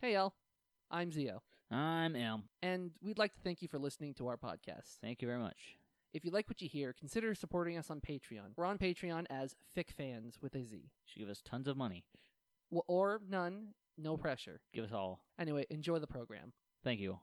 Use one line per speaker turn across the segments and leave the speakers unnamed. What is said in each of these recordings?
Hey, y'all. I'm Zio,
I'm Elm.
and we'd like to thank you for listening to our podcast.
Thank you very much.
If you like what you hear, consider supporting us on Patreon. We're on Patreon as FicFans with a Z.
Should give us tons of money.
W- Or none, no pressure.
Give us all.
Anyway, enjoy the program.
Thank you.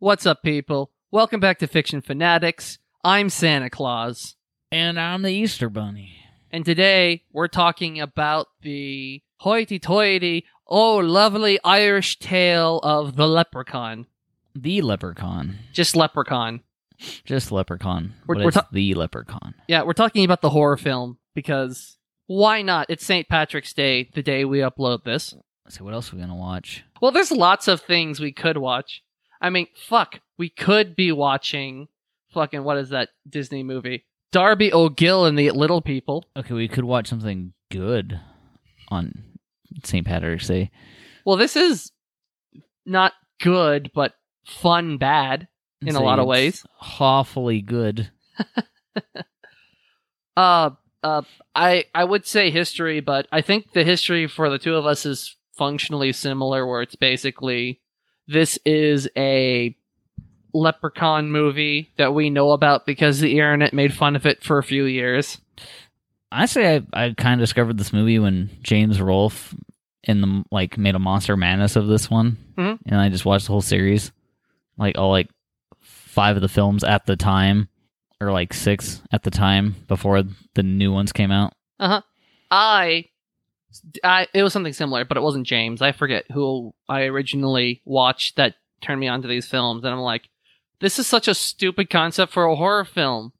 What's up, people? Welcome back to Fiction Fanatics. I'm Santa Claus,
And I'm the Easter Bunny.
and today we're talking about the hoity-toity, oh lovely Irish tale of the leprechaun.
The leprechaun.
Just leprechaun.
Just leprechaun.
We're-
but
we're
it's
ta-
the leprechaun.
Yeah, we're talking about the horror film because why not? It's St. Patrick's Day, the day we upload this.
Let's see, what else are we going to watch?
Well, there's lots of things we could watch. I mean, fuck, we could be watching fucking what is that Disney movie? Darby O'Gill and the Little People.
Okay, we could watch something good on St. Patrick's Day.
Well, this is not good, but fun bad in a
Say
lot of
it's
ways.
Awfully good.
Uh, uh, I I would say history, but I think the history for the two of us is functionally similar, where it's basically this is a leprechaun movie that we know about because the internet made fun of it for a few years.
Honestly, I, I kind of discovered this movie when James Rolfe in the like made a Monster Madness of this one,
Mhm.
and I just watched the whole series, like all like five of the films at the time, or like six at the time before the new ones came out.
I, I it was something similar, but it wasn't James. I forget who I originally watched that turned me onto these films, and I'm like, this is such a stupid concept for a horror film.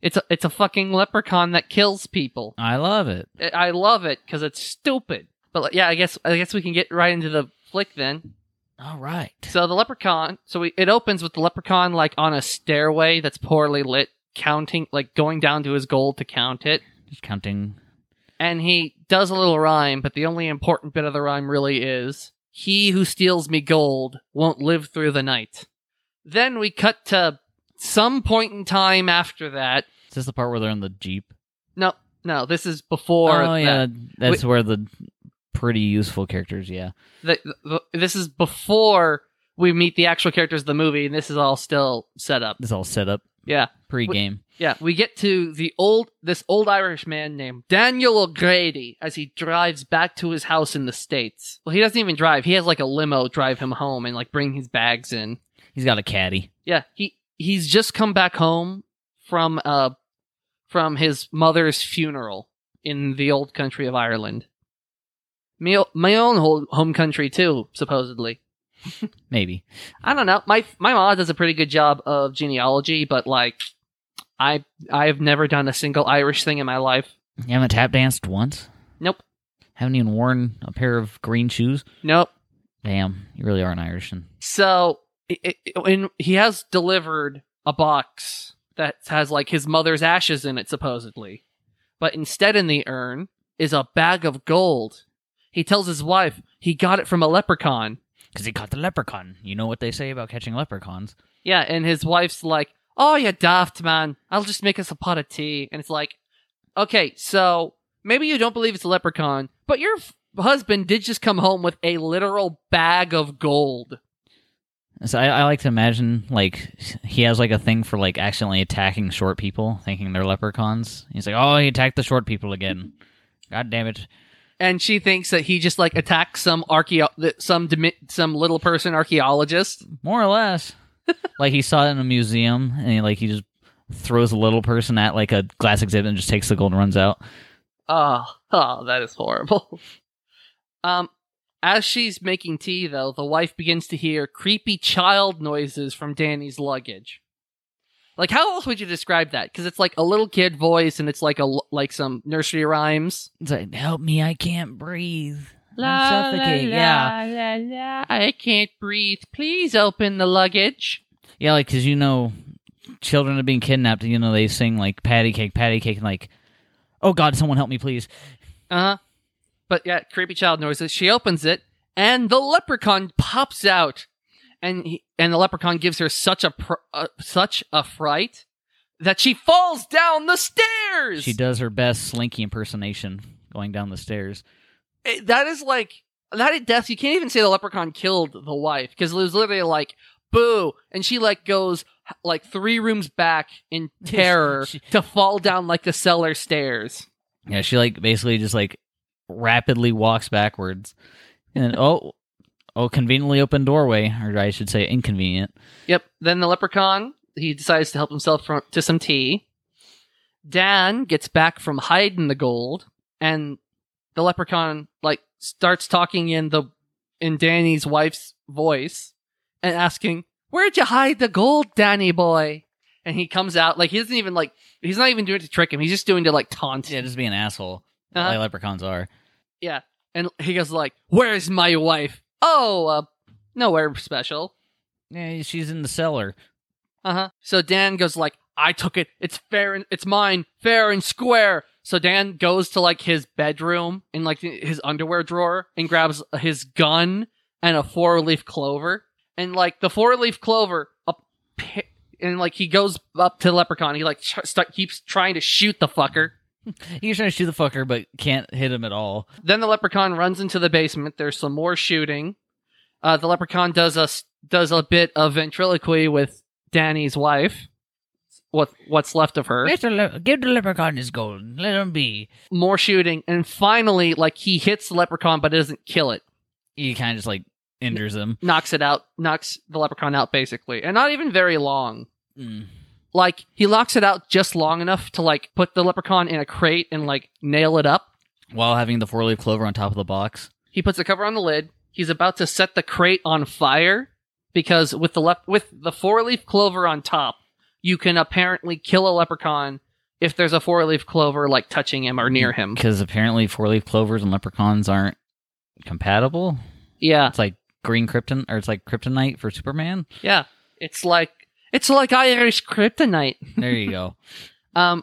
It's a, it's a fucking leprechaun that kills people.
I love it.
I I love it because it's stupid. But like, yeah, I guess I guess we can get right into the flick then.
All right.
So the leprechaun. So we, it opens with the leprechaun like on a stairway that's poorly lit, counting like going down to his goal to count it,
Just counting.
and he does a little rhyme. But the only important bit of the rhyme really is, "He who steals me gold won't live through the night." Then we cut to some point in time after that.
Is this the part where they're in the jeep?
No, no, this is before.
oh
that.
yeah, that's where the pretty useful characters. Yeah.
the, the, this is before we meet the actual characters of the movie, and this is all still set up.
It's all set up
Yeah,
pre-game.
yeah. We get to the old this old Irish man named Daniel O'Grady as he drives back to his house in the states. Well, he doesn't even drive. He has like a limo drive him home and like bring his bags in.
He's got a caddy.
Yeah, he he's just come back home from uh from his mother's funeral in the old country of Ireland. My, o- my own whole home country too, supposedly.
Maybe.
I don't know. My my mom does a pretty good job of genealogy, but like I I've never done a single Irish thing in my life.
You haven't tap danced once.
Nope.
Haven't even worn a pair of green shoes.
Nope.
Damn, you really are an Irishman.
So i i and he has delivered a box that has like his mother's ashes in it supposedly. But instead in the urn is a bag of gold. He tells his wife he got it from a leprechaun.
Because he caught the leprechaun. You know what they say about catching leprechauns.
Yeah, and his wife's like, "Oh, you daft man! I'll just make us a pot of tea." And it's like, okay, so maybe you don't believe it's a leprechaun, but your f- husband did just come home with a literal bag of gold.
So I, I like to imagine, like, he has, like, a thing for, like, accidentally attacking short people, thinking they're leprechauns. He's like, oh, he attacked the short people again. God damn it.
And she thinks that he just like attacked some archeo- th- some dimi- some little person archaeologist.
More or less. like, he saw it in a museum, and, he, like, he just throws a little person at, like, a glass exhibit and just takes the gold and runs out.
Oh, oh that is horrible. um, as she's making tea, though, the wife begins to hear creepy child noises from Danny's luggage. Like, how else would you describe that? Because it's like a little kid voice, and it's like a l- like some nursery rhymes.
He's like, help me, I can't breathe. I'm suffocating. Yeah.
I can't breathe. Please open the luggage.
Yeah, like because you know, children are being kidnapped, and you know they sing like "patty cake, patty cake," and like, "Oh God, someone help me, please!"
Uh huh. But yeah, creepy child noises. She opens it, and the leprechaun pops out, and he, and the leprechaun gives her such a pr- uh, such a fright that she falls down the stairs.
She does her best slinky impersonation going down the stairs.
It- Eh, that is like Not at death. You can't even say the leprechaun killed the wife because it was literally like boo, and she like goes h- like three rooms back in terror
She-
to fall down like the cellar stairs.
Yeah, she like basically just like rapidly walks backwards, and then, oh, oh, conveniently open doorway, or I should say inconvenient.
Yep. Then the leprechaun he decides to help himself from, to some tea. Dan gets back from hiding the gold, and the leprechaun like starts talking in the in Danny's wife's voice and asking, "Where'd you hide the gold, Danny boy?" And he comes out like he doesn't even like he's not even doing it to trick him. He's just doing it to like taunt
Yeah,
him.
just be an asshole.
Uh-huh.
Like leprechauns are.
And he goes like, "Where's my wife?" Oh, uh, nowhere special.
Yeah, she's in the cellar.
Uh-huh. So Dan goes like, "I took it. It's fair and it's mine, fair and square." So Dan goes to like his bedroom in like his underwear drawer and grabs his gun and a four-leaf clover. And like the four-leaf clover up and like he goes up to the leprechaun. He like ch- start, keeps trying to shoot the fucker.
He's trying to shoot the fucker, but can't hit him at all.
Then the leprechaun runs into the basement. There's some more shooting. Uh, the leprechaun does a s- does a bit of ventriloquy with Danny's wife. What what's left of her?
give the leprechaun his gold. Let him be.
more shooting, and finally, like he hits the leprechaun, but it doesn't kill it.
He kind of just like injures him.
Knocks it out, knocks the leprechaun out basically, and not even very long.
Mm.
Like he locks it out just long enough to like put the leprechaun in a crate and like nail it up.
While having the four leaf clover on top of the box.
He puts a cover on the lid. He's about to set the crate on fire because with the lep- with the four leaf clover on top, you can apparently kill a leprechaun if there's a four leaf clover like touching him or near him.
Because apparently four leaf clovers and leprechauns aren't compatible.
Yeah,
It's like green krypton, or it's like kryptonite for Superman.
yeah. It's like it's like Irish kryptonite.
There you go.
Um,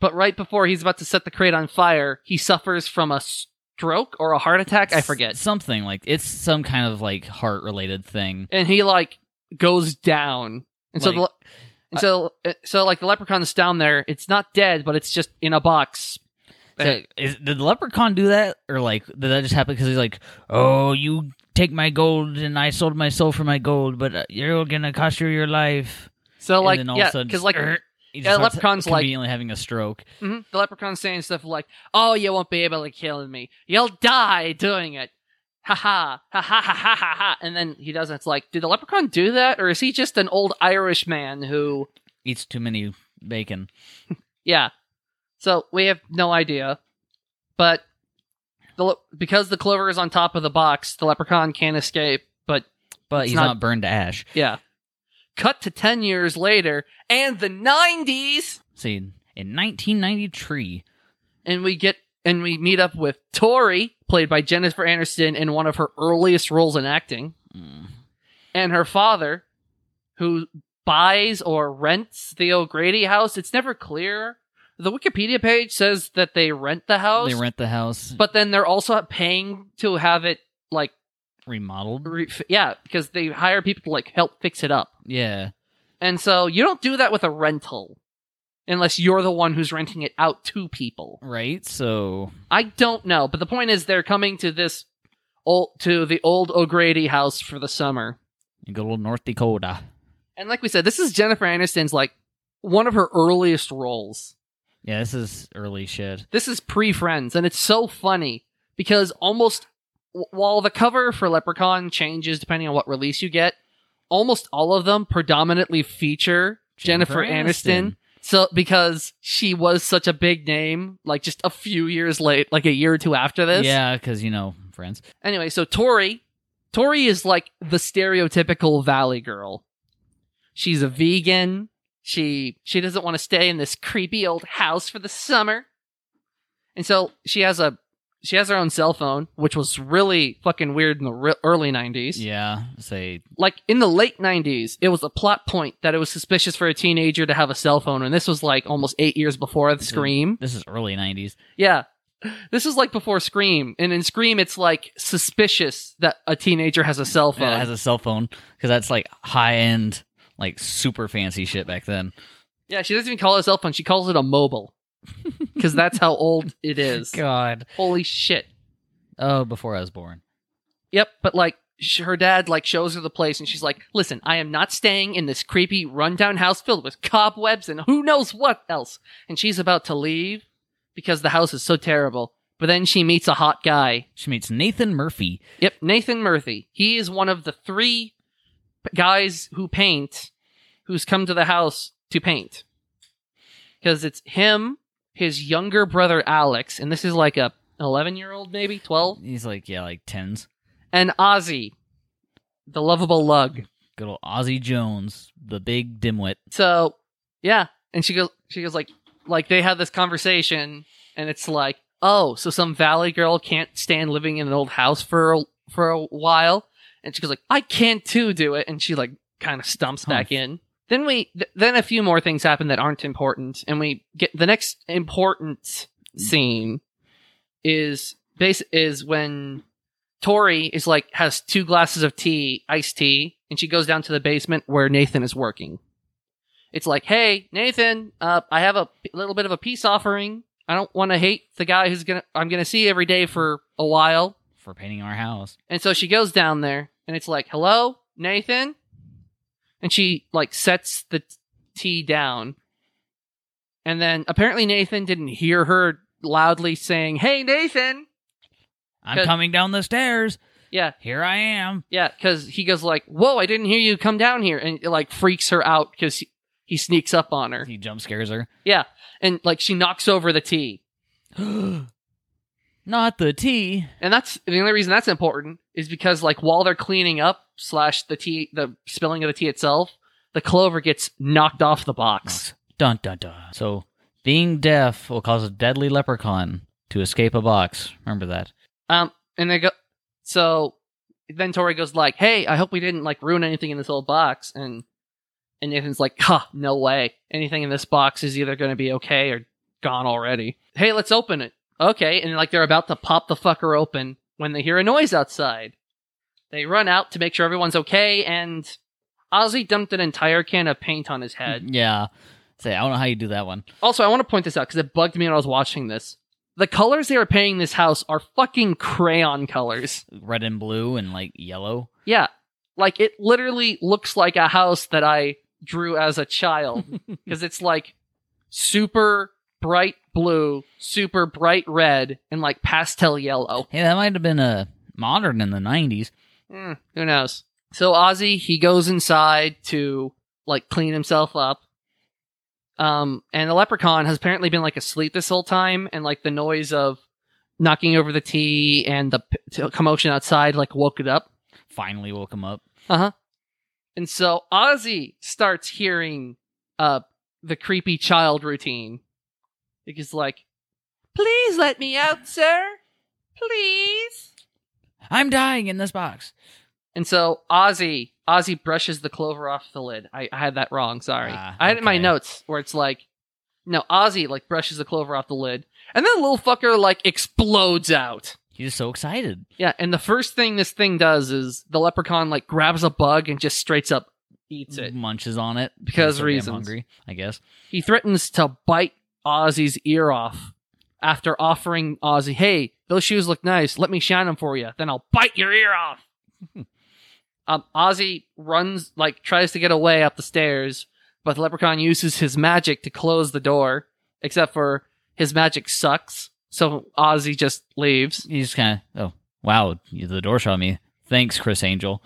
but right before he's about to set the crate on fire, he suffers from a stroke or a heart attack. I
S-
forget.
Something like it's some kind of like heart related thing.
And he like goes down, and so the,
Like-
le- and so uh, so like the leprechaun's down there. It's not dead, but it's just in a box.
So, is, did the leprechaun do that, or like did that just happen because he's like, "Oh, you take my gold, and I sold my soul for my gold, but uh, you're gonna cost you your life."
So
And
like
then all of a
yeah,
sudden,
because like
just- He
Yeah, the
starts
leprechaun's like-
conveniently having a stroke.
mhm, the leprechaun's saying stuff like, "Oh, you won't be able to kill me. You'll die doing it." Ha ha ha ha ha ha ha ha. And then he doesn't. It's like, did the leprechaun do that, or is he just an old Irish man who?
Eats too many bacon.
Yeah. So we have no idea, but the le- because the clover is on top of the box, the leprechaun can't escape. But
But
It's
he's
not-
not, burned to ash.
yeah. Cut to ten years later, and the '90s,
See, in 1993,
and we get and we meet up with Tori, played by Jennifer Aniston, in one of her earliest roles in acting,
Mm.
and her father, who buys or rents the O'Grady house. It's never clear. The Wikipedia page says that they rent the house.
they rent the house
but then they're also paying to have it like
remodeled.
re- yeah because they hire people to like help fix it up
Yeah,
and so you don't do that with a rental unless you're the one who's renting it out to people
right. So
i don't know but the point is they're coming to this old to the old o'grady house for the summer
you go to North Dakota.
and like we said this is jennifer aniston's like one of her earliest roles
Yeah, this is early shit.
This is pre Friends, and it's so funny because almost w- while the cover for Leprechaun changes depending on what release you get, almost all of them predominantly feature Jennifer, Aniston. So because she was such a big name, like just a few years late, like a year or two after this.
Yeah, because you know, friends.
Anyway, so Tori, Tori is like the stereotypical Valley girl. She's a vegan. She she doesn't want to stay in this creepy old house for the summer. And so she has a she has her own cell phone, which was really fucking weird in the re- early 90s.
Yeah, say
Like in the late 90s, it was a plot point that it was suspicious for a teenager to have a cell phone and this was like almost 8 years before the Scream.
this is early '90s.
Yeah. This is like before Scream, and in Scream, it's like suspicious that a teenager has a cell phone.
Yeah, it has a cell phone because that's like high end, like super fancy shit back then.
Yeah, she doesn't even call it a cell phone; she calls it a mobile, because that's how old it is.
God,
Holy shit!
oh, before I was born.
Yep, but like sh- her dad like shows her the place and she's like, "Listen, I am not staying in this creepy rundown house filled with cobwebs and who knows what else." And she's about to leave because the house is so terrible. But then she meets a hot guy.
She meets Nathan Murphy.
Yep, Nathan Murphy. He is one of the 3 p- guys who paint who's come to the house to paint. Cuz it's him, his younger brother Alex, and this is like a 11-year-old maybe, 12
He's like, yeah, like tens.
and Ozzy, the lovable lug.
Good old Ozzy Jones, the big dimwit.
So yeah, and she goes, she goes like, like they have this conversation, and it's like, oh, so some valley girl can't stand living in an old house for a, for a while, and she goes like, I can't too do it, and she like kind of stumps back
Huh.
in. Then we, th- then a few more things happen that aren't important, and we get the next important scene is base is when Tori is like has two glasses of tea, iced tea, and she goes down to the basement where Nathan is working. It's like, hey, Nathan, uh, I have a p- little bit of a peace offering. I don't want to hate the guy who's gonna I'm gonna see every day for a while.
for painting our house.
And so she goes down there, and it's like, hello, Nathan, and she like sets the t- tea down, and then apparently Nathan didn't hear her loudly saying, hey, Nathan.
I'm
Good.
coming down the stairs.
Yeah,
Here I am.
Yeah, because he goes like, "Whoa, I didn't hear you come down here," and it, like freaks her out because he, he sneaks up on her,
He jump scares her.
and like she knocks over the tea,
Not the tea.
and that's the only reason that's important is because like while they're cleaning up slash the tea, the spilling of the tea itself, the clover gets knocked off the box.
Dun dun dun. So being deaf will cause a deadly leprechaun to escape a box. Remember that.
Um, and they go, so then Tori goes like, "Hey, I hope we didn't like ruin anything in this old box," and and Nathan's like, "Ha, no way. Anything in this box is either going to be okay or gone already." Hey, let's open it. Okay, and like they're about to pop the fucker open when they hear a noise outside. They run out to make sure everyone's okay, and Ozzy dumped an entire can of paint on his head.
Uh, yeah. Say, I don't know how you do that one.
Also, I want to point this out because it bugged me when I was watching this. The colors they are painting this house are fucking crayon colors.
Red and blue and like yellow.
Yeah. Like it literally looks like a house that I drew as a child because it's like super bright blue, super bright red, and like pastel yellow.
Hey, that might have been a modern in the nineties.
Mm, who knows? So Ozzy, he goes inside to like clean himself up. Um, and the leprechaun has apparently been like asleep this whole time, and like the noise of knocking over the tea and the p- t- commotion outside like woke it up.
Finally woke him up.
And so Ozzy starts hearing uh the creepy child routine. Because like, please let me out, sir. Please.
I'm dying in this box.
And so Ozzy Ozzy brushes the clover off the lid. I, I had that wrong, sorry.
Ah,
I had it in my
okay.
notes where it's like no, Ozzy like brushes the clover off the lid. And then the little fucker like explodes out.
He's just so excited.
Yeah, and the first thing this thing does is the leprechaun like grabs a bug and just straights up eats it.
Munches on it.
Because
He's so damn
reasons.
hungry, I guess.
He threatens to bite Ozzy's ear off after offering Ozzy, "Hey, those shoes look nice. Let me shine them for you. Then I'll bite your ear off." um, Ozzy runs, like tries to get away up the stairs, but the leprechaun uses his magic to close the door. Except for his magic sucks, so Ozzy just leaves.
He's just kind of, oh, wow, you- the door shot me. Thanks, Chris Angel.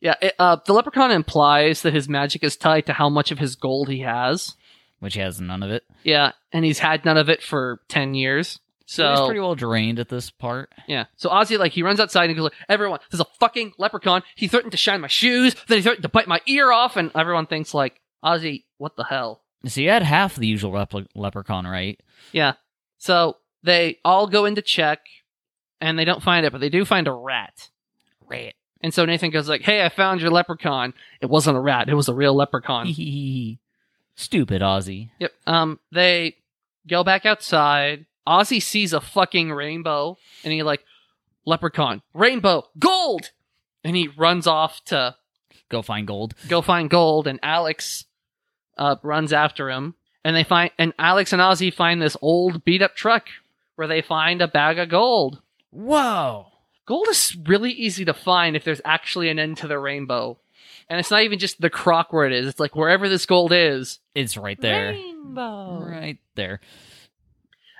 Yeah, it, uh, the leprechaun implies that his magic is tied to how much of his gold he has.
Which he has none of it.
Yeah, and he's had none of it for ten years. So
he's pretty well drained at this part.
Yeah. So Ozzy, like, he runs outside and goes, like, everyone, there's a fucking leprechaun. He threatened to shine my shoes. Then he threatened to bite my ear off. And everyone thinks, like, Ozzy, what the hell?
So you had half the usual repli leprechaun, right?
So they all go in to check and they don't find it, but they do find a rat.
Right.
And so Nathan goes, like, hey, I found your leprechaun. It wasn't a rat. It was a real leprechaun.
Stupid Ozzy.
yep. Um, they go back outside. Ozzy sees a fucking rainbow and he, like, leprechaun, rainbow, gold. And he runs off to
Go find gold.
go find gold, and Alex uh, runs after him. And they find, and Alex and Ozzy find this old beat up truck where they find a bag of gold.
Whoa.
Gold is really easy to find if there's actually an end to the rainbow. And it's not even just the crock where it is. It's like wherever this gold is.
It's right there.
Rainbow.
Right there.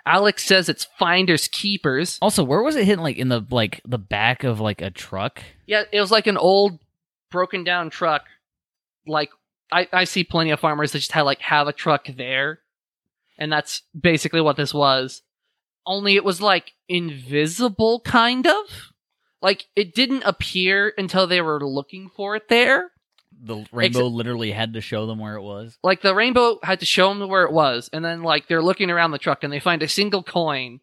Alex says it's finders keepers.
Also, where was it hidden? Like in the like the back of like a truck.
Yeah, it was like an old broken down truck. Like I, I see plenty of farmers that just had like have a truck there. And that's basically what this was. Only it was like invisible kind of. Like it didn't appear until they were looking for it there.
The rainbow literally had to show them where it was.
Like the rainbow had to show them where it was, and then like they're looking around the truck and they find a single coin.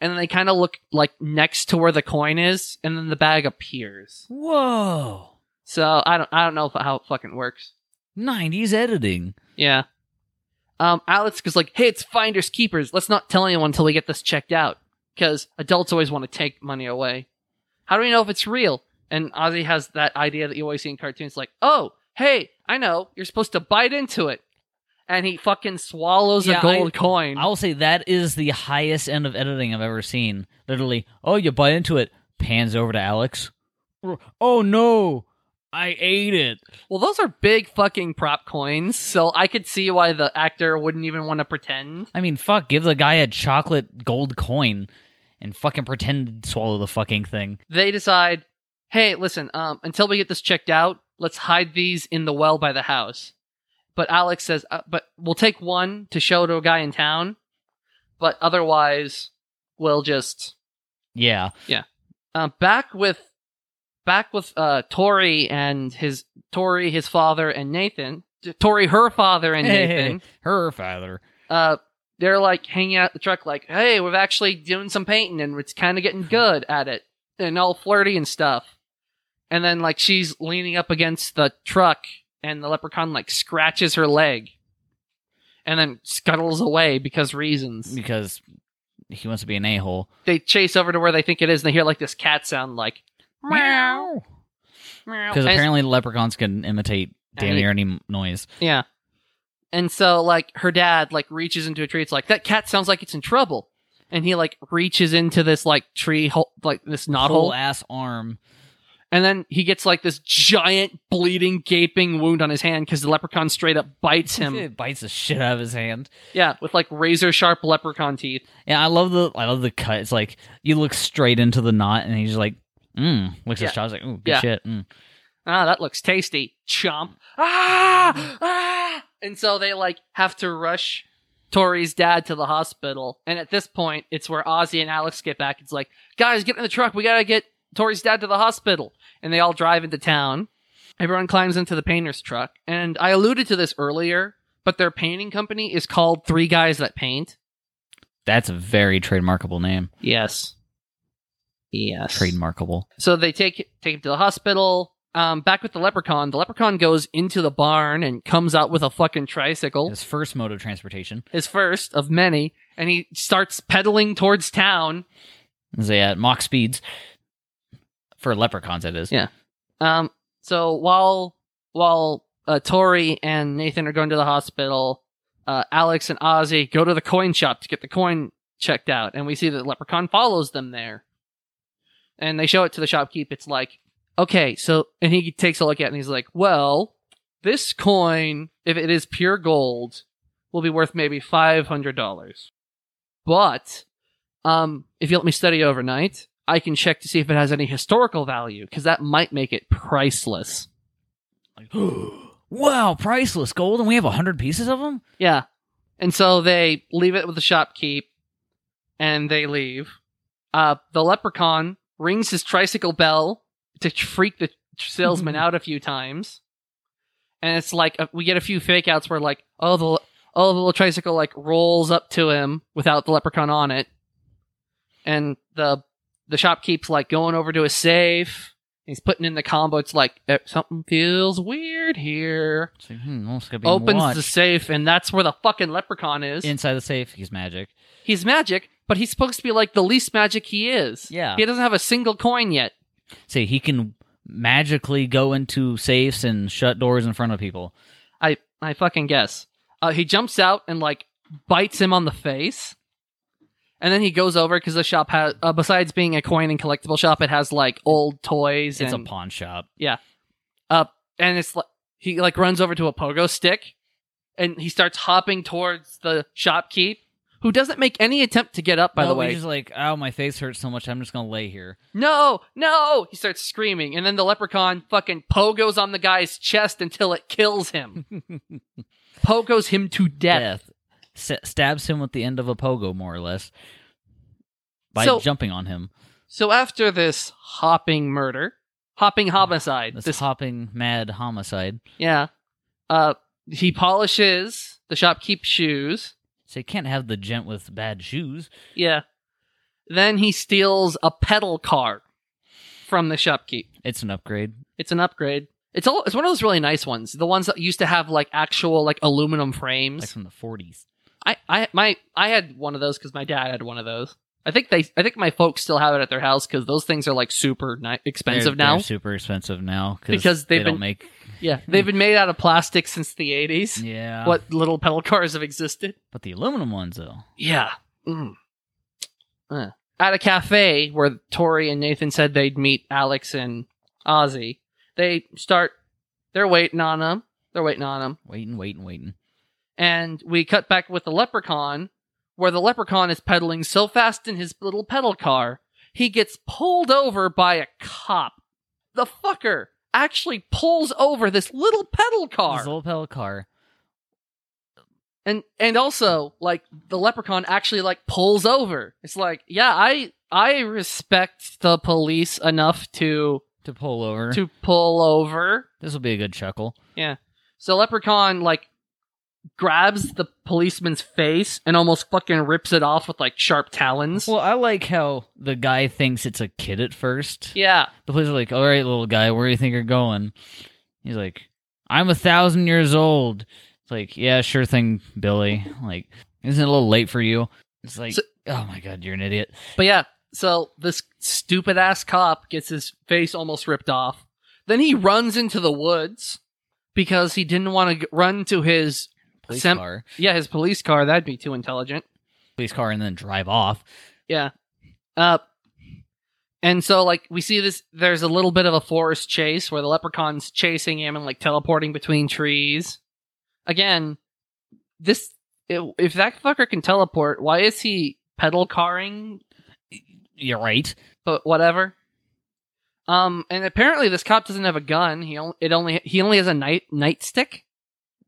And then they kind of look like next to where the coin is, and then the bag appears.
Whoa.
So I don't I don't know if- how it fucking works.
90s editing.
Yeah. Um, Alex is like, hey, it's finders keepers. Let's not tell anyone until we get this checked out, because adults always want to take money away. How do we know if it's real? And Ozzy has that idea that you always see in cartoons, like, oh, hey, I know, you're supposed to bite into it, and he fucking swallows
Yeah,
a gold coin.
I will say that is the highest end of editing I've ever seen. Literally, oh, you butt into it, pans over to Alex. Oh no, I ate it.
well, those are big fucking prop coins, so I could see why the actor wouldn't even want to pretend.
I mean, fuck, give the guy a chocolate gold coin and fucking pretend to swallow the fucking thing.
they decide, hey, listen, um, until we get this checked out, let's hide these in the well by the house. But Alex says, uh, but we'll take one to show to a guy in town, but otherwise, we'll just
Yeah.
um, back with back with uh, Tori and his Tori, his father, and Nathan. T- Tori, her father, and
Hey.
Nathan.
Her father.
Uh, they're like hanging out the truck, like, hey, we're actually doing some painting and it's kind of getting good at it and all flirty and stuff. And then, like, she's leaning up against the truck and the leprechaun, like, scratches her leg and then scuttles away because reasons.
Because he wants to be an a hole.
They chase over to where they think it is and they hear, like, this cat sound, like, meow, meow.
Because
And-
apparently leprechauns can imitate damn
And he-
near any m- noise.
Yeah. And so like her dad like reaches into a tree. It's like that cat sounds like it's in trouble. And he like reaches into this like tree hole, like this knot
Whole
hole,
ass arm.
and then he gets like this giant bleeding, gaping wound on his hand because the leprechaun straight up bites him.
it bites the shit out of his hand.
yeah, with like razor sharp leprechaun teeth.
Yeah, I love the I love the cut. It's like you look straight into the knot, and he's like, mm, looks
Yeah.
at Shaw's like, ooh, good
Yeah.
shit. Mm.
Ah, that looks tasty. Chomp. Ah, ah. And so they like have to rush Tori's dad to the hospital. And at this point, it's where Ozzy and Alex get back. It's like, guys, get in the truck. We gotta get Tori's dad to the hospital. And they all drive into town. Everyone climbs into the painter's truck. And I alluded to this earlier, but their painting company is called Three Guys That Paint.
That's a very trademarkable name.
Yes. Yes.
Trademarkable.
So they take take him to the hospital. Um, back with the leprechaun. The leprechaun goes into the barn and comes out with a fucking tricycle,
His first mode of transportation.
his first of many, and he starts pedaling towards town.
Is at mock speeds for leprechauns. It is.
Yeah. Um, so while while uh, Tori and Nathan are going to the hospital, uh, Alex and Ozzy go to the coin shop to get the coin checked out, and we see that the leprechaun follows them there. And they show it to the shopkeep. It's like, okay, so and he takes a look at it and he's like, well, this coin, if it is pure gold, will be worth maybe five hundred dollars. But um, if you let me study overnight, I can check to see if it has any historical value because that might make it priceless.
Like, wow, priceless gold, and we have a hundred pieces of them.
Yeah. And so they leave it with the shopkeep and they leave. Uh, the leprechaun rings his tricycle bell to freak the salesman out a few times. And it's like uh, we get a few fake outs where like, oh the oh the little tricycle like rolls up to him without the leprechaun on it. And the the shopkeep's like going over to his safe. He's putting in the combo. It's like eh, something feels weird here
It's like, hmm, well, it's gonna be
opens
watched.
the safe, and that's where the fucking leprechaun is.
inside the safe. He's magic.
He's magic, but he's supposed to be like the least magic he is.
Yeah.
He doesn't have a single coin yet.
See, he can magically go into safes and shut doors in front of people.
I I fucking guess. Uh, he jumps out and like bites him on the face, And then he goes over because the shop has, uh, besides being a coin and collectible shop, it has like old toys
It's a
and
pawn shop.
and it's like he like runs over to a pogo stick and he starts hopping towards the shopkeep who doesn't make any attempt to get up by the
No, he's
way
just like, oh, my face hurts so much. I'm just gonna lay here.
no no he starts screaming and then the leprechaun fucking pogos on the guy's chest until it kills him pogos him to death
S- stabs him with the end of a pogo, more or less, by
So-
jumping on him.
so after this hopping murder hopping homicide
This,
this
hopping mad homicide.
yeah uh he polishes the shopkeep's shoes
So you can't have the gent with bad shoes.
Yeah. Then he steals a pedal car from the shopkeep.
It's an upgrade.
It's an upgrade. It's all it's one of those really nice ones. The ones that used to have like actual like aluminum
Like
frames.
from the 40s.
I I my I had one of those cuz my dad had one of those. I think they I think my folks still have it at their house cuz those things are like super ni- expensive
They're-
now.
they're super expensive now
Because
they
they've
don't
been-
make.
yeah, they've been made out of plastic since the 80s.
Yeah.
What little pedal cars have existed?
But the aluminum ones though.
Yeah. Mm. Uh. At a cafe where Tori and Nathan said they'd meet Alex and Ozzy, they start. They're waiting on them. They're waiting on them,
Waiting, waiting, waiting.
and we cut back with the leprechaun, where the leprechaun is pedaling so fast in his little pedal car, he gets pulled over by a cop. The fucker actually pulls over this little pedal car.
This little pedal car.
and and also like the leprechaun actually like pulls over it's like yeah i i respect the police enough to
to pull over.
to pull over
This will be a good chuckle.
so leprechaun like grabs the policeman's face and almost fucking rips it off with like sharp talons
Well, I like how the guy thinks it's a kid at first.
yeah
The police are like, "All right, little guy, where do you think you're going?" He's like, "I'm a thousand years old." It's like, "Yeah, sure thing, Billy." Like, isn't it a little late for you? It's like,
So-
"Oh my god, you're an idiot."
but yeah so this stupid ass cop gets his face almost ripped off then he runs into the woods because he didn't want to run to his
Police
Sem-
car,
yeah his police car that'd be too intelligent
police car, and then drive off.
Uh, and so like we see this, there's a little bit of a forest chase where the leprechaun's chasing him and like teleporting between trees. Again, this i- if that fucker can teleport, why is he pedal carring?
You're right.
But whatever. Um, and apparently this cop doesn't have a gun. He only it only he only has a night nightstick.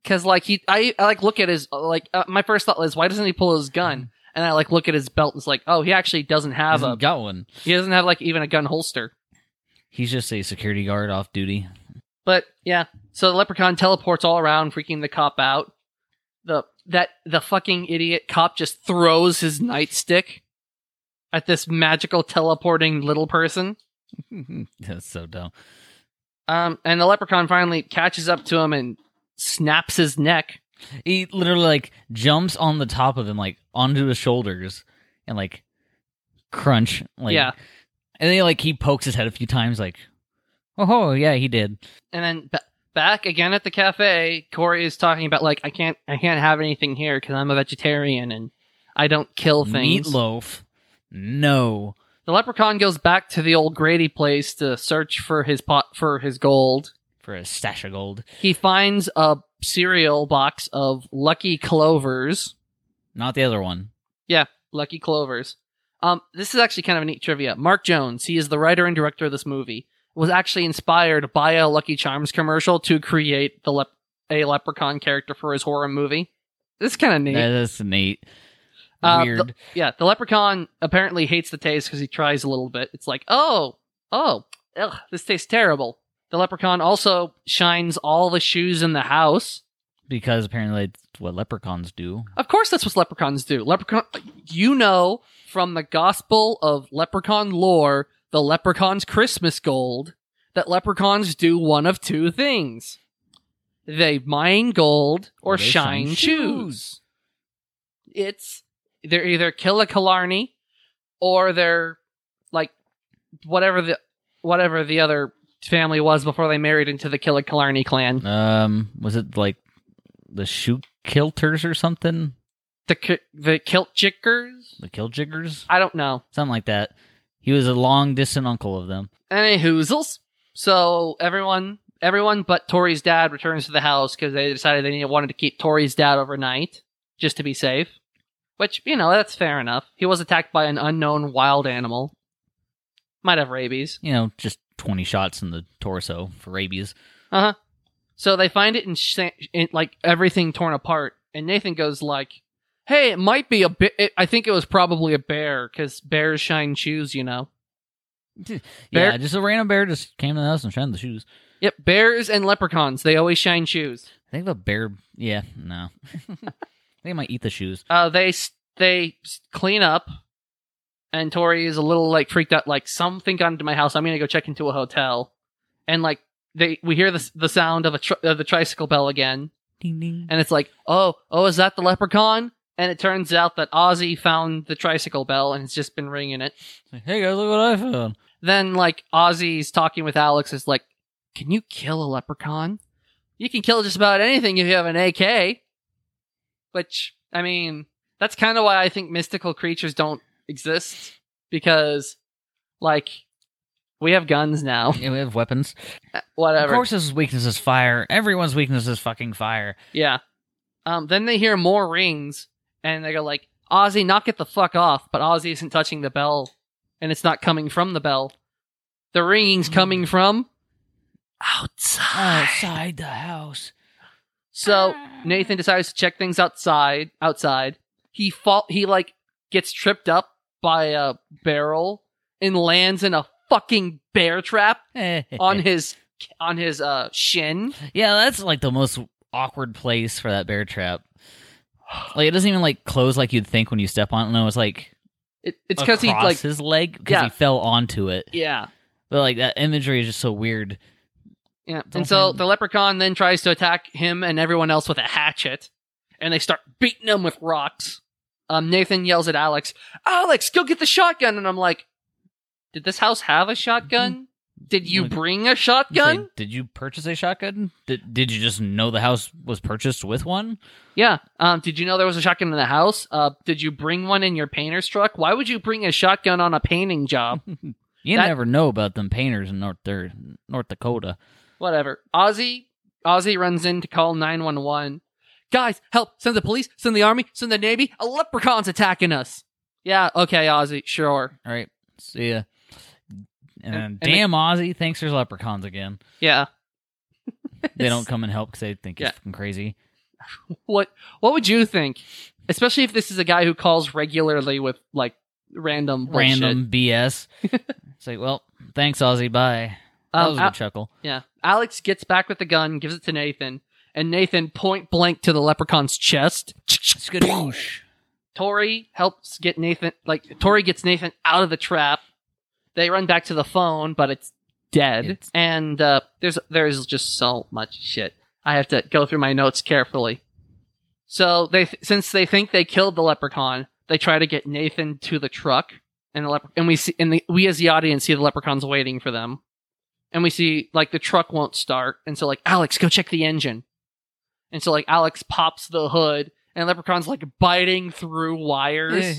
Cause like he I, I like look at his like uh, my first thought was why doesn't he pull his gun? And I like look at his belt and it's like oh he actually doesn't have
Hasn't
a
got one.
he doesn't have like even a gun holster.
He's just a security guard off duty.
But yeah, so the leprechaun teleports all around, freaking the cop out. The that the fucking idiot cop just throws his nightstick at this magical teleporting little person.
That's so dumb.
Um, and the leprechaun finally catches up to him and snaps his neck.
He literally like jumps on the top of him, like onto his shoulders, and like crunch, like
Yeah.
And then like he pokes his head a few times, like, oh, ho, yeah, he did.
And then ba- back again at the cafe, Corey is talking about like I can't I can't have anything here because I'm a vegetarian and I don't kill things.
Meatloaf, no,
The leprechaun goes back to the old Grady place to search for his pot for his gold.
for a stash of gold,
He finds a cereal box of Lucky Clovers.
not the other one.
Lucky Clovers. Um, this is actually kind of a neat trivia. Mark Jones, he is the writer and director of this movie, was actually inspired by a Lucky Charms commercial to create the lep- a leprechaun character for his horror movie. This is kind of neat.
That- that's neat.
Uh, the-
Weird.
Yeah, the leprechaun apparently hates the taste because he tries a little bit. It's like, oh, oh, ugh, this tastes terrible. The leprechaun also shines all the shoes in the house.
because apparently it's what leprechauns do.
Of course, that's what leprechauns do. Leprechaun, you know from the Gospel of Leprechaun lore, the leprechaun's Christmas gold, that leprechauns do one of two things: they mine gold or,
Or they
shine,
shine
shoes. It's they're either Kilikalarni or they're like whatever the whatever the other family was before they married into the Kilikalarni clan.
Um, was it like the shoe kilters or something?
the ki- the kilt jickers.
The Killjiggers?
I don't know.
Something like that. He was a long distant uncle of them.
Any hoozles. So everyone, everyone but Tori's dad returns to the house because they decided they wanted to keep Tori's dad overnight just to be safe. Which you know that's fair enough. He was attacked by an unknown wild animal. Might have rabies.
You know, just 20 shots in the torso for rabies.
So they find it in, sa- in like everything torn apart, and Nathan goes like, "Hey, it might be a bit. I think it was probably a bear because bears shine shoes, you know." Bear-
Yeah, just a random bear just came to the house and shined the shoes.
Yep, bears and leprechauns. They always shine shoes.
I think the bear. Yeah, no. I think I might eat the shoes.
Uh, they s- they s- clean up, and Tori is a little like freaked out. Like something got into my house. I'm gonna go check into a hotel, and like they we hear the s- the sound of a tr- of the tricycle bell again,
Ding ding.
and it's like, oh, oh, is that the leprechaun? And it turns out that Ozzy found the tricycle bell and it's just been ringing it.
It's like, hey guys, look what I found.
Then, like, Ozzy's talking with Alex is like, can you kill a leprechaun? You can kill just about anything if you have an AK. Which, I mean, that's kind of why I think mystical creatures don't exist. Because, like, we have guns now.
Yeah, we have weapons. Of
Whatever.
course, his weakness is fire. Everyone's weakness is fucking fire.
Yeah. Um, then they hear more rings, and they go like, "Ozzy, knock it the fuck off!" But Ozzy isn't touching the bell, and it's not coming from the bell. The ringing's coming from Hmm. outside.
Outside the house.
So Nathan decides to check things outside. Outside, he fall. He like gets tripped up by a barrel and lands in a fucking bear trap on his on his uh shin.
Yeah, that's like the most awkward place for that bear trap. Like it doesn't even like close like you'd think when you step on it. No, it's like
It, it's because he
across
like
his leg because
Yeah.
he fell onto it.
yeah.
But like that imagery is just so weird.
Yeah.
Don't
And so
mind.
the leprechaun then tries to attack him and everyone else with a hatchet, and they start beating him with rocks. Um, Nathan yells at Alex, Alex, go get the shotgun. And I'm like, did this house have a shotgun? Did you
Mm-hmm. Like-
bring a
It's like,
shotgun?
did you purchase a shotgun? Did Did you just know the house was purchased with one?
Yeah. Um, did you know there was a shotgun in the house? Uh, did you bring one in your painter's truck? Why would you bring a shotgun on a painting job?
You
That-
never know about them painters in North there, North Dakota.
Whatever. Ozzy Ozzy runs in to call 911. Guys, help! Send the police, send the army, send the navy. A leprechaun's attacking us. Yeah, okay, Ozzy, sure.
All right, see ya. And,
And- and they-
damn Ozzy thinks there's leprechauns again.
Yeah.
They don't come and help because they think
Yeah.
he's fucking crazy.
What what would you think? Especially if this is a guy who calls regularly with like random bullshit. Um,
Random BS. it's like, well, thanks Ozzy. Bye. That
Um,
was a
Al-
good chuckle.
yeah. Alex gets back with the gun, gives it to Nathan, and Nathan point blank to the leprechaun's chest.
It's good. Whoosh.
Tori helps get Nathan like Tori gets Nathan out of the trap. They run back to the phone, but it's dead.
It's-
and uh, there's there's just so much shit. I have to go through my notes carefully. So they since they think they killed the leprechaun, they try to get Nathan to the truck, and the lepre- and we see and the, we as the audience see the leprechauns waiting for them, and we see like the truck won't start, and so like Alex, go check the engine, and so like Alex pops the hood, and leprechaun's like biting through wires.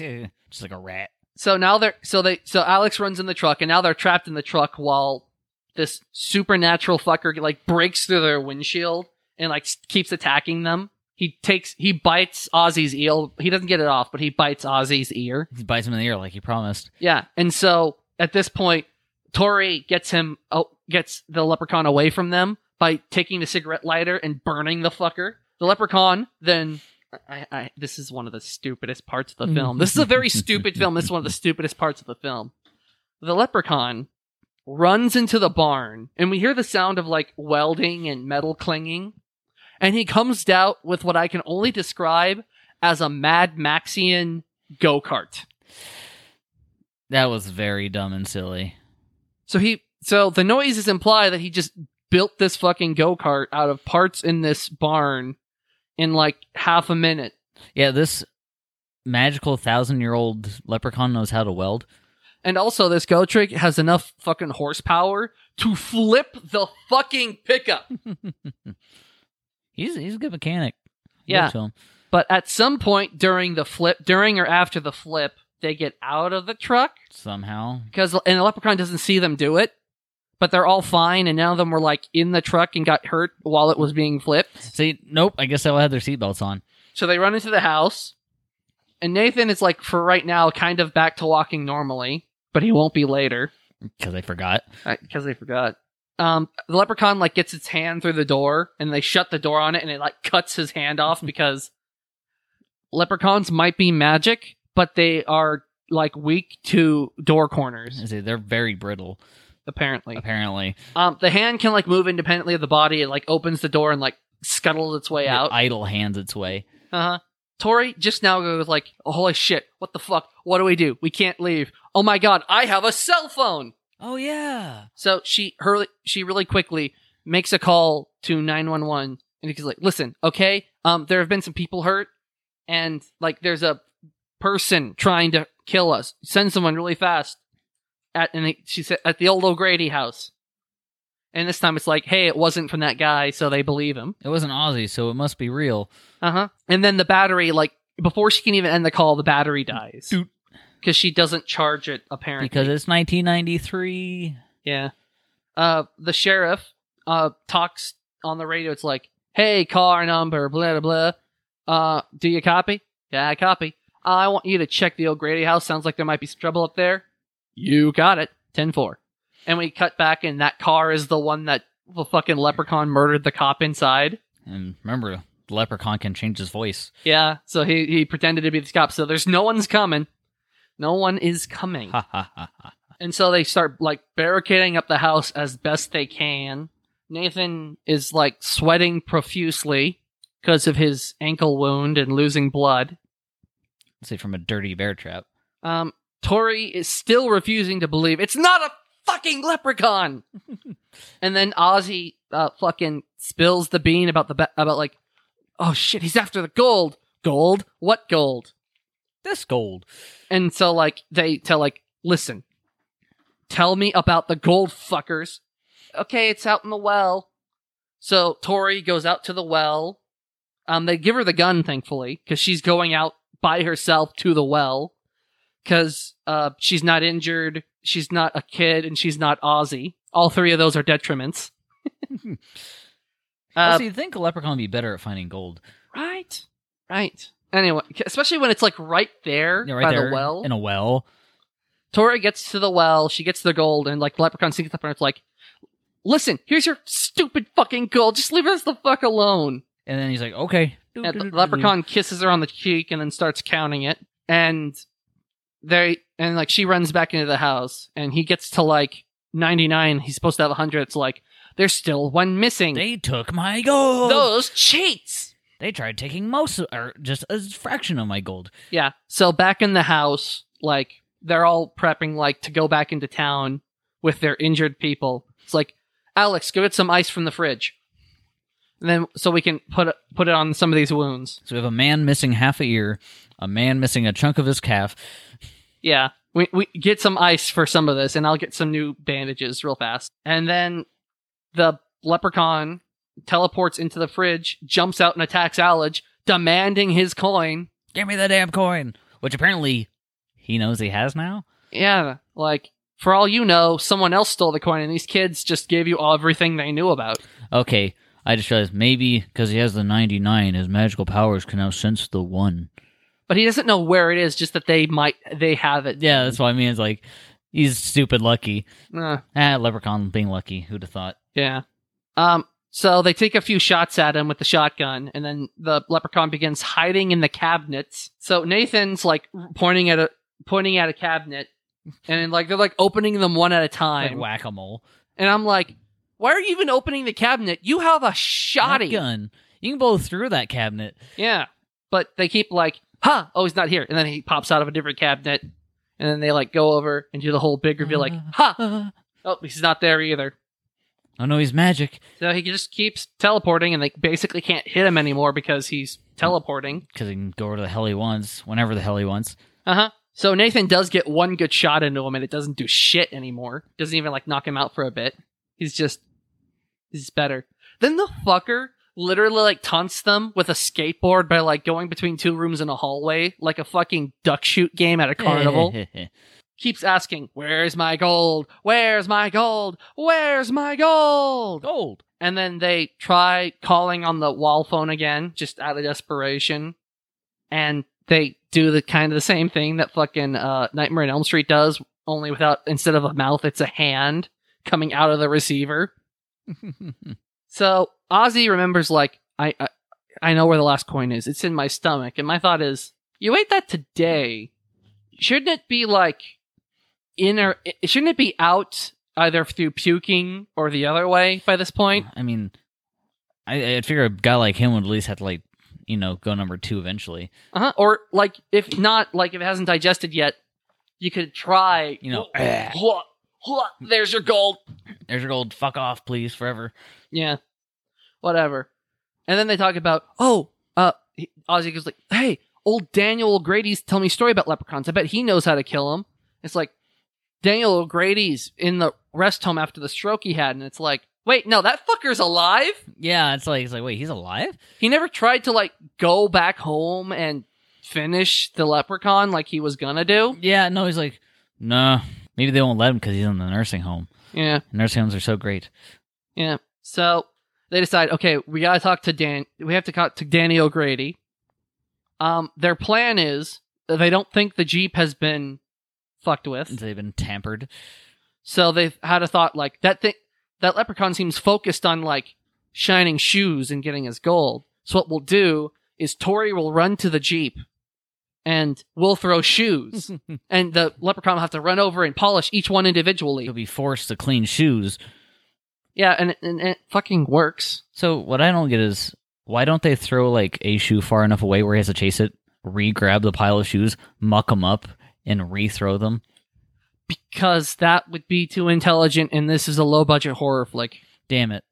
Just like a rat.
So now they're so they so Alex runs in the truck and now they're trapped in the truck while this supernatural fucker like breaks through their windshield and like s- keeps attacking them. He takes he bites Ozzy's ear. He doesn't get it off, but he bites Ozzy's ear.
He bites him in the ear like he promised.
Yeah, and so at this point, Tori gets him oh, gets the leprechaun away from them by taking the cigarette lighter and burning the fucker. The leprechaun then. I, I, this is one of the stupidest parts of the film. This is a very stupid film. This is one of the stupidest parts of the film. The leprechaun runs into the barn, and we hear the sound of like welding and metal clanging. And he comes out with what I can only describe as a Mad Maxian go kart.
That was very dumb and silly.
So he so the noises imply that he just built this fucking go-kart out of parts in this barn in like half a minute.
Yeah, this magical thousand year old leprechaun knows how to weld.
And also this go trick has enough fucking horsepower to flip the fucking pickup.
he's he's a good mechanic.
Yeah.
Good to him.
But at some point during the flip, during or after the flip, they get out of the truck
somehow.
because and the leprechaun doesn't see them do it. But they're all fine, and none of them were like in the truck and got hurt while it was being flipped.
See, nope. I guess they all had their seatbelts on.
So they run into the house, and Nathan is like, for right now, kind of back to walking normally, but he won't be later.
because I forgot.
because they forgot. Um, the leprechaun like gets its hand through the door, and they shut the door on it, and it like cuts his hand off because leprechauns might be magic, but they are like weak to door corners.
I say They're very brittle,
Apparently,
apparently.
um, the hand can like move independently of the body. It like opens the door and like scuttles its way
It
out.
idle hands its way.
Uh huh. Tori just now goes like, oh, "Holy shit! What the fuck? What do we do? We can't leave. Oh my god! I have a cell phone."
Oh yeah.
So she her she really quickly makes a call to nine one one and he's like, "Listen, okay, um, there have been some people hurt, and like there's a person trying to kill us. Send someone really fast." At and they, she said at the old O'Grady house, and this time it's like, "Hey, it wasn't from that guy," so they believe him.
It wasn't Aussie, so it must be real.
Uh huh. And then the battery, like before she can even end the call, the battery dies
Dude.
because she doesn't charge it apparently.
Because it's 1993.
Yeah. Uh, the sheriff uh talks on the radio. It's like, "Hey, car number, blah blah blah. Uh, do you copy? Yeah, I copy. I want you to check the O'Grady house. Sounds like there might be some trouble up there. You got it. Ten four. And we cut back, and that car is the one that the fucking leprechaun murdered the cop inside.
And remember, the leprechaun can change his voice.
Yeah. So he he pretended to be the cop. So there's no one's coming. No one is coming.
Ha ha ha. ha.
And so they start like barricading up the house as best they can. Nathan is like sweating profusely because of his ankle wound and losing blood.
Say from a dirty bear trap.
Um, Tori is still refusing to believe it's not a fucking leprechaun. and then Ozzy uh, fucking spills the bean about the ba- about like, oh shit, he's after the gold. Gold? What gold?
This gold.
And so like they tell like, listen, tell me about the gold fuckers. Okay, it's out in the well. So Tori goes out to the well. Um, they give her the gun, thankfully, because she's going out by herself to the well. Because uh, she's not injured, she's not a kid, and she's not Aussie. All three of those are detriments. Uh,
also, you'd think a leprechaun would be better at finding gold.
right, right. Anyway, especially when it's like right there
Yeah, right
by
there.
the well.
In a well.
Tora gets to the well, she gets the gold, and like Leprechaun sneaks up and it's like, Listen, here's your stupid fucking gold. Just leave us the fuck alone.
And then he's like, okay.
And the leprechaun kisses her on the cheek and then starts counting it. And they and like she runs back into the house and he gets to like ninety nine. He's supposed to have hundred. It's like there's still one missing.
They took my gold.
Those cheats.
They tried taking most, of, or just a fraction of my gold.
Yeah. So back in the house, like they're all prepping like to go back into town with their injured people. It's like, Alex, go get some ice from the fridge. And then so we can put it- put it on some of these wounds.
So we have a man missing half a ear, a man missing a chunk of his calf.
Yeah. We we get some ice for some of this and I'll get some new bandages real fast. And then the leprechaun teleports into the fridge, jumps out and attacks Alex, demanding his coin.
Give me the damn coin, which apparently he knows he has now.
Yeah, like for all you know, someone else stole the coin, and these kids just gave you everything they knew about.
Okay, I just realized maybe because he has the ninety nine, his magical powers can now sense the one.
But he doesn't know where it is, just that they might they have it.
Yeah, that's what I mean. It's like he's stupid lucky.
Uh,
Ah, leprechaun being lucky. Who'd have thought?
yeah. Um. So they take a few shots at him with the shotgun, and then the leprechaun begins hiding in the cabinets. So Nathan's like r- pointing at a pointing at a cabinet, and then, like they're like opening them one at a
Like
time.
whack a mole.
And I'm like, why are you even opening the cabinet? You have a shotty.
gun. You can blow through that cabinet.
Yeah. But they keep like, ha, oh, he's not here. And then he pops out of a different cabinet. And then they like go over and do the whole big reveal, like, ha,
Uh,
oh, he's not there either.
oh no, he's magic
So he just keeps teleporting and they basically can't hit him anymore because he's teleporting.
because he can go where the hell he wants, whenever the hell he wants.
Uh huh. So Nathan does get one good shot into him and it doesn't do shit anymore. Doesn't even like knock him out for a bit. He's just, he's better. Then the fucker literally like taunts them with a skateboard by like going between two rooms in a hallway, like a fucking duck shoot game at a carnival. Keeps asking, Where's my gold? Where's my gold? Where's my gold?
Gold.
And then they try calling on the wall phone again, just out of desperation. And they do the kind of the same thing that fucking uh, Nightmare on Elm Street does, only without instead of a mouth, it's a hand coming out of the receiver. So Ozzy remembers like I, I I know where the last coin is. It's in my stomach. And my thought is, you ate that today. Shouldn't it be like in or it- shouldn't it be out either through puking or the other way by this point?
I mean, I, I figure a guy like him would at least have to like, you know, go number two eventually.
Uh-huh. Or like if not, like if it hasn't digested yet, you could try.
You know,
Hwah, hwah, there's your gold.
There's your gold. Fuck off, please, forever.
Yeah, whatever. And then they talk about, oh, uh, he- Ozzy goes like, hey, old Daniel O'Grady's telling me a story about leprechauns. I bet he knows how to kill them. It's like Daniel O'Grady's in the rest home after the stroke he had, and it's like, wait, no, that fucker's alive.
Yeah, it's like it's like wait, he's alive.
He never tried to like go back home and finish the leprechaun like he was gonna do.
Yeah, no, he's like, nah. Maybe they won't let him because he's in the nursing home.
Yeah.
Nursing homes are so great.
Yeah. So they decide, okay, we gotta talk to Dan. We have to talk to Danny O'Grady. Um, their plan is that they don't think the Jeep has been fucked with,
They've been tampered.
so they've had a thought like that thing. That leprechaun seems focused on like shining shoes and getting his gold. So what we'll do is Tori will run to the Jeep, and we'll throw shoes, and the leprechaun will have to run over and polish each one individually.
He'll be forced to clean shoes.
Yeah, and, and, and it fucking works.
So what I don't get is why don't they throw like a shoe far enough away where he has to chase it, re-grab the pile of shoes, muck them up, and re-throw them?
because that would be too intelligent and this is a low budget horror flick.
Damn it!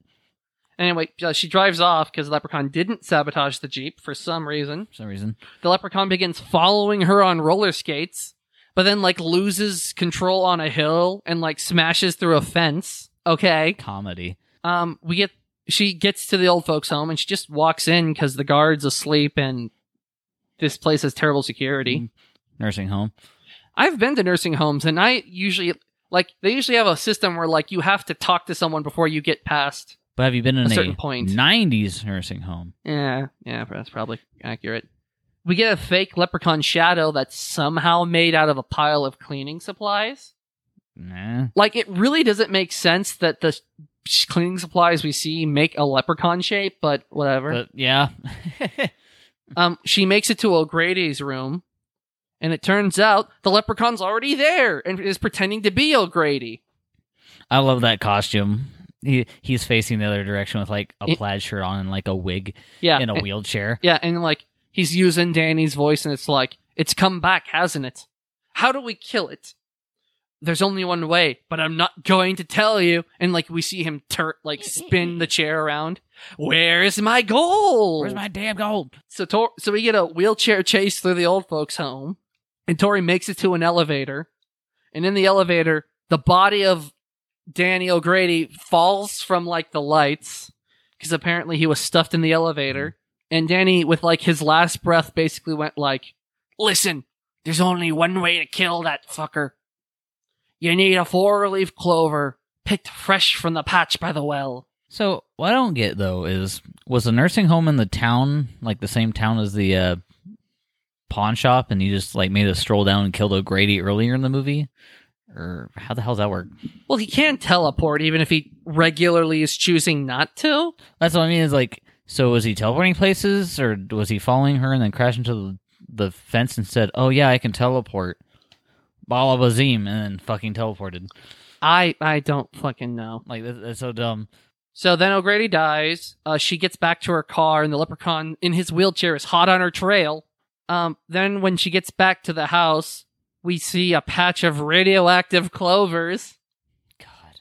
Anyway, uh, she drives off because the leprechaun didn't sabotage the Jeep for some reason.
For some reason,
The leprechaun begins following her on roller skates, but then, like, loses control on a hill and, like, smashes through a fence. Okay.
comedy.
Um, we get, she gets to the old folks' home and she just walks in because the guard's asleep and this place has terrible security.
Nursing home.
I've been to nursing homes and I usually like they usually have a system where like you have to talk to someone before you get past.
But have you been in
A
a,
certain point.
'90s nursing home?
Yeah, yeah, that's probably accurate. We get a fake leprechaun shadow that's somehow made out of a pile of cleaning supplies.
Nah.
Like it really doesn't make sense that the sh- cleaning supplies we see make a leprechaun shape, but whatever.
But yeah,
um she makes it to O'Grady's room and it turns out the leprechaun's already there and is pretending to be O'Grady.
I love that costume. He he's facing the other direction with like a
It-
plaid shirt on and like a wig
Yeah.
in a
and-
wheelchair.
Yeah, and like he's using Danny's voice, and it's like, it's come back, hasn't it? How do we kill it? There's only one way, but I'm not going to tell you. And like we see him tur- like spin the chair around. Where is my gold?
Where's my damn gold?
so Tor- so we get a wheelchair chase through the old folks' home, and Tori makes it to an elevator, and in the elevator, the body of Danny O'Grady falls from like the lights because apparently he was stuffed in the elevator, and Danny, with like his last breath, basically went like, "Listen, there's only one way to kill that fucker. You need a four-leaf clover picked fresh from the patch by the well."
So what I don't get though is was the nursing home in the town like the same town as the uh, pawn shop, and you just like made a stroll down and killed O'Grady earlier in the movie, or how the hell does that work?
Well, he can teleport even if he regularly is choosing not to.
That's what I mean. Is like so was he teleporting places, or was he following her and then crashing to the, the fence and said, "Oh yeah, I can teleport." Bala Bazim, and then fucking teleported.
I I don't fucking know.
Like that, that's so dumb.
So then O'Grady dies. Uh, she gets back to her car, and the leprechaun in his wheelchair is hot on her trail. Um, then when she gets back to the house, we see a patch of radioactive clovers.
God.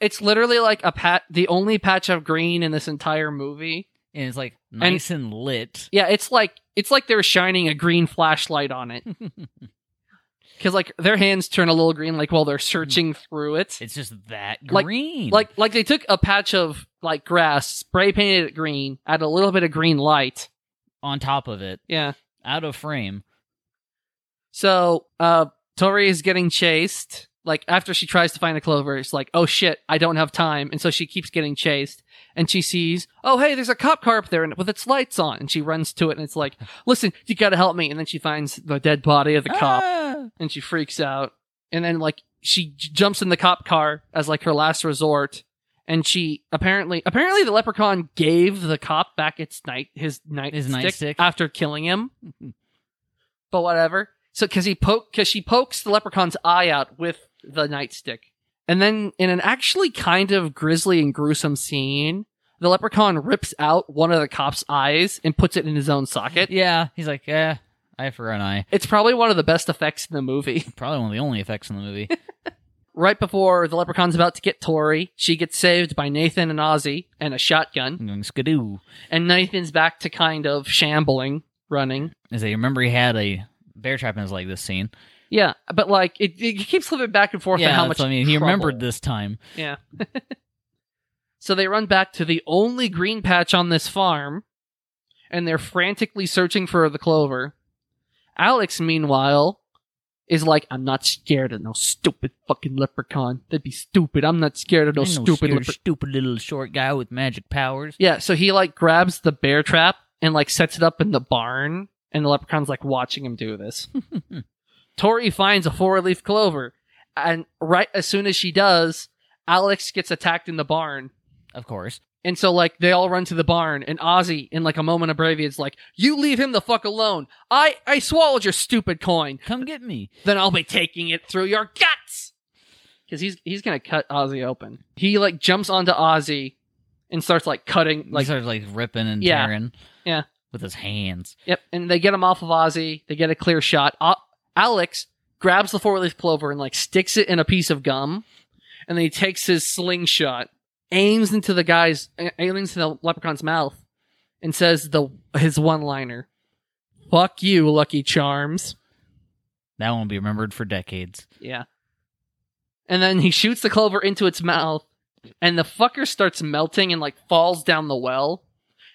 It's literally like a pat, the only patch of green in this entire movie.
And it's like nice and, lit.
Yeah, it's like it's like they're shining a green flashlight on it because like their hands turn a little green, like while they're searching through it.
It's just that
Like-
green.
Like like they took a patch of like grass, spray painted it green, add a little bit of green light.
on top of it,
Yeah.
out of frame.
So uh Tori is getting chased. Like after she tries to find the clover, it's like, oh shit, I don't have time. And so she keeps getting chased and she sees, oh hey, there's a cop car up there and with its lights on. And she runs to it and it's like, listen, you gotta help me. And then she finds the dead body of the cop
Ah!
and she freaks out. And then like she j- jumps in the cop car as like her last resort. And she apparently apparently the leprechaun gave the cop back its night his night
His nightstick.
after killing him. but whatever. So because he poke because she pokes the leprechaun's eye out with the nightstick. And then in an actually kind of grisly and gruesome scene, the leprechaun rips out one of the cop's eyes and puts it in his own socket.
Yeah, he's like, eh, eye for an eye.
It's probably one of the best effects in the movie.
Probably one of the only effects in the movie.
right before the leprechaun's about to get Tori, she gets saved by Nathan and Ozzy and a shotgun.
I'm going skidoo.
And Nathan's back to kind of shambling, running.
As I remember, he had a bear trap in his leg. This scene.
Yeah, but like it, it keeps flipping back and forth on
yeah,
how much.
so, I mean, he
trouble.
remembered this time.
Yeah. so they run back to the only green patch on this farm, and they're frantically searching for the clover. Alex, meanwhile, is like, I'm not scared of no stupid fucking leprechaun. That'd be stupid. I'm not scared of no
Ain't
stupid
scared,
leprechaun.
stupid little short guy with magic powers.
Yeah, so he like grabs the bear trap and like sets it up in the barn, and the leprechaun's like watching him do this. Tori finds a four leaf clover, and right as soon as she does, Alex gets attacked in the barn.
Of course.
And so like they all run to the barn, and Ozzy, in like a moment of bravery, is like, You leave him the fuck alone. I I swallowed your stupid coin.
Come get me.
Then I'll be taking it through your guts. Cause he's he's gonna cut Ozzy open. He like jumps onto Ozzy and starts like cutting
Like,
like
he started like ripping and
Yeah.
tearing.
Yeah.
With his hands.
Yep, and they get him off of Ozzy. They get a clear shot. O- Alex grabs the four leaf clover and like sticks it in a piece of gum, and then he takes his slingshot, aims into the guy's, a- aims into the leprechaun's mouth, and says the his one liner, "Fuck you, Lucky Charms."
That won't be remembered for decades.
Yeah. And then he shoots the clover into its mouth, and the fucker starts melting and like falls down the well.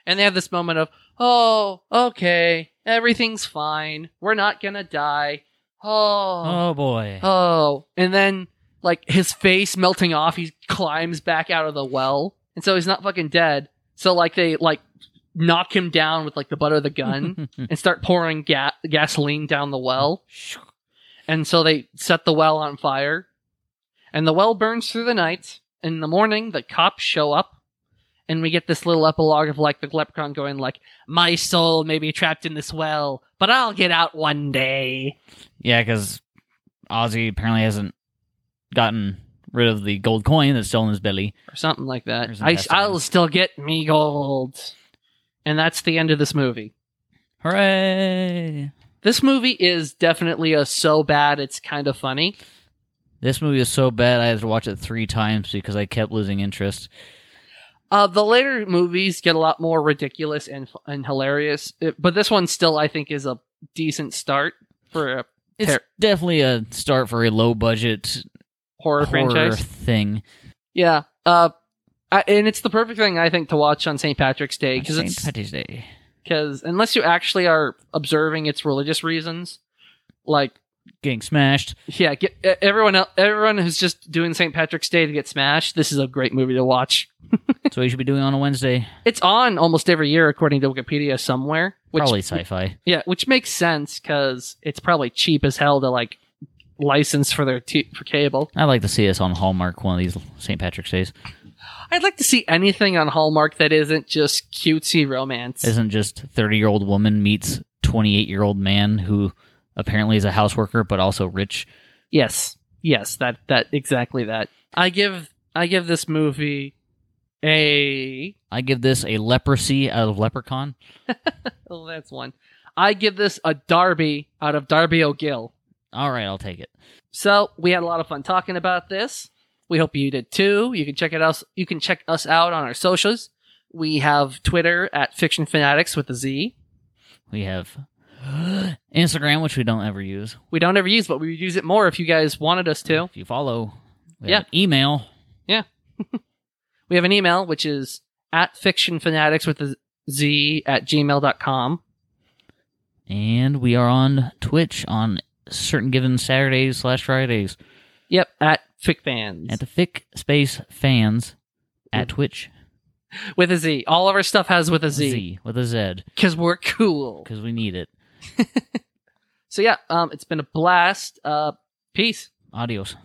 And they have this moment of, oh, okay, everything's fine. We're not gonna die. Oh,
Oh, boy.
oh. And then, like, his face melting off, he climbs back out of the well. And so he's not fucking dead. So, like, they, like, knock him down with, like, the butt of the gun and start pouring ga- gasoline down the well. And so they set the well on fire. And the well burns through the night. In the morning, the cops show up. And we get this little epilogue of like the leprechaun going like, "My soul may be trapped in this well, but I'll get out one day."
yeah, because Ozzy apparently hasn't gotten rid of the gold coin that's still in his belly.
or something like that.
There's an
I,
testament.
I'll still get me gold. And that's the end of this movie.
Hooray!
This movie is definitely a so bad it's kind of funny.
This movie is so bad I had to watch it three times because I kept losing interest.
Uh, the later movies get a lot more ridiculous and and hilarious, uh, but this one still I think is a decent start for a
It's
Ter-
definitely a start for a low budget
horror, franchise.
thing.
Yeah. Uh, I, and it's the perfect thing I think to watch on St. Patrick's Day because
Saint
it's
Patrick's Day.
because unless you actually are observing its religious reasons, like
Getting smashed.
yeah, get, e- everyone el everyone who's just doing St. Patrick's Day to get smashed, this is a great movie to watch.
That's what you should be doing on a Wednesday.
It's on almost every year according to Wikipedia somewhere, which
Probably sci fi.
yeah, which makes sense because it's probably cheap as hell to like license for their t- for cable.
I'd like to see us on Hallmark one of these St. Patrick's Days.
I'd like to see anything on Hallmark that isn't just cutesy romance.
Isn't just 30 year old woman meets 28 year old man who apparently is a house worker but also rich.
Yes. Yes, that that exactly that. I give I give this movie a
I give this a leprosy out of Leprechaun.
oh, that's one. I give this a Darby out of Darby O'Gill.
All right, I'll take it.
So, we had a lot of fun talking about this. We hope you did too. You can check it out you can check us out on our socials. We have Twitter at Fiction Fanatics with a Z.
We have Instagram, which we don't ever use.
We don't ever use, but we would use it more if you guys wanted us to.
If you follow, we
Yeah.
have an email.
We have an email, which is at fictionfanatics with a Z at gmail.com.
And we are on Twitch on certain given Saturdays slash Fridays
Yep, at ficfans
at the Fic Space Fans at Twitch
with a Z. All of our stuff has with a Z
Z with a Z
because we're cool.
because we need it.
So yeah, um, it's been a blast. Uh, peace.
Adios.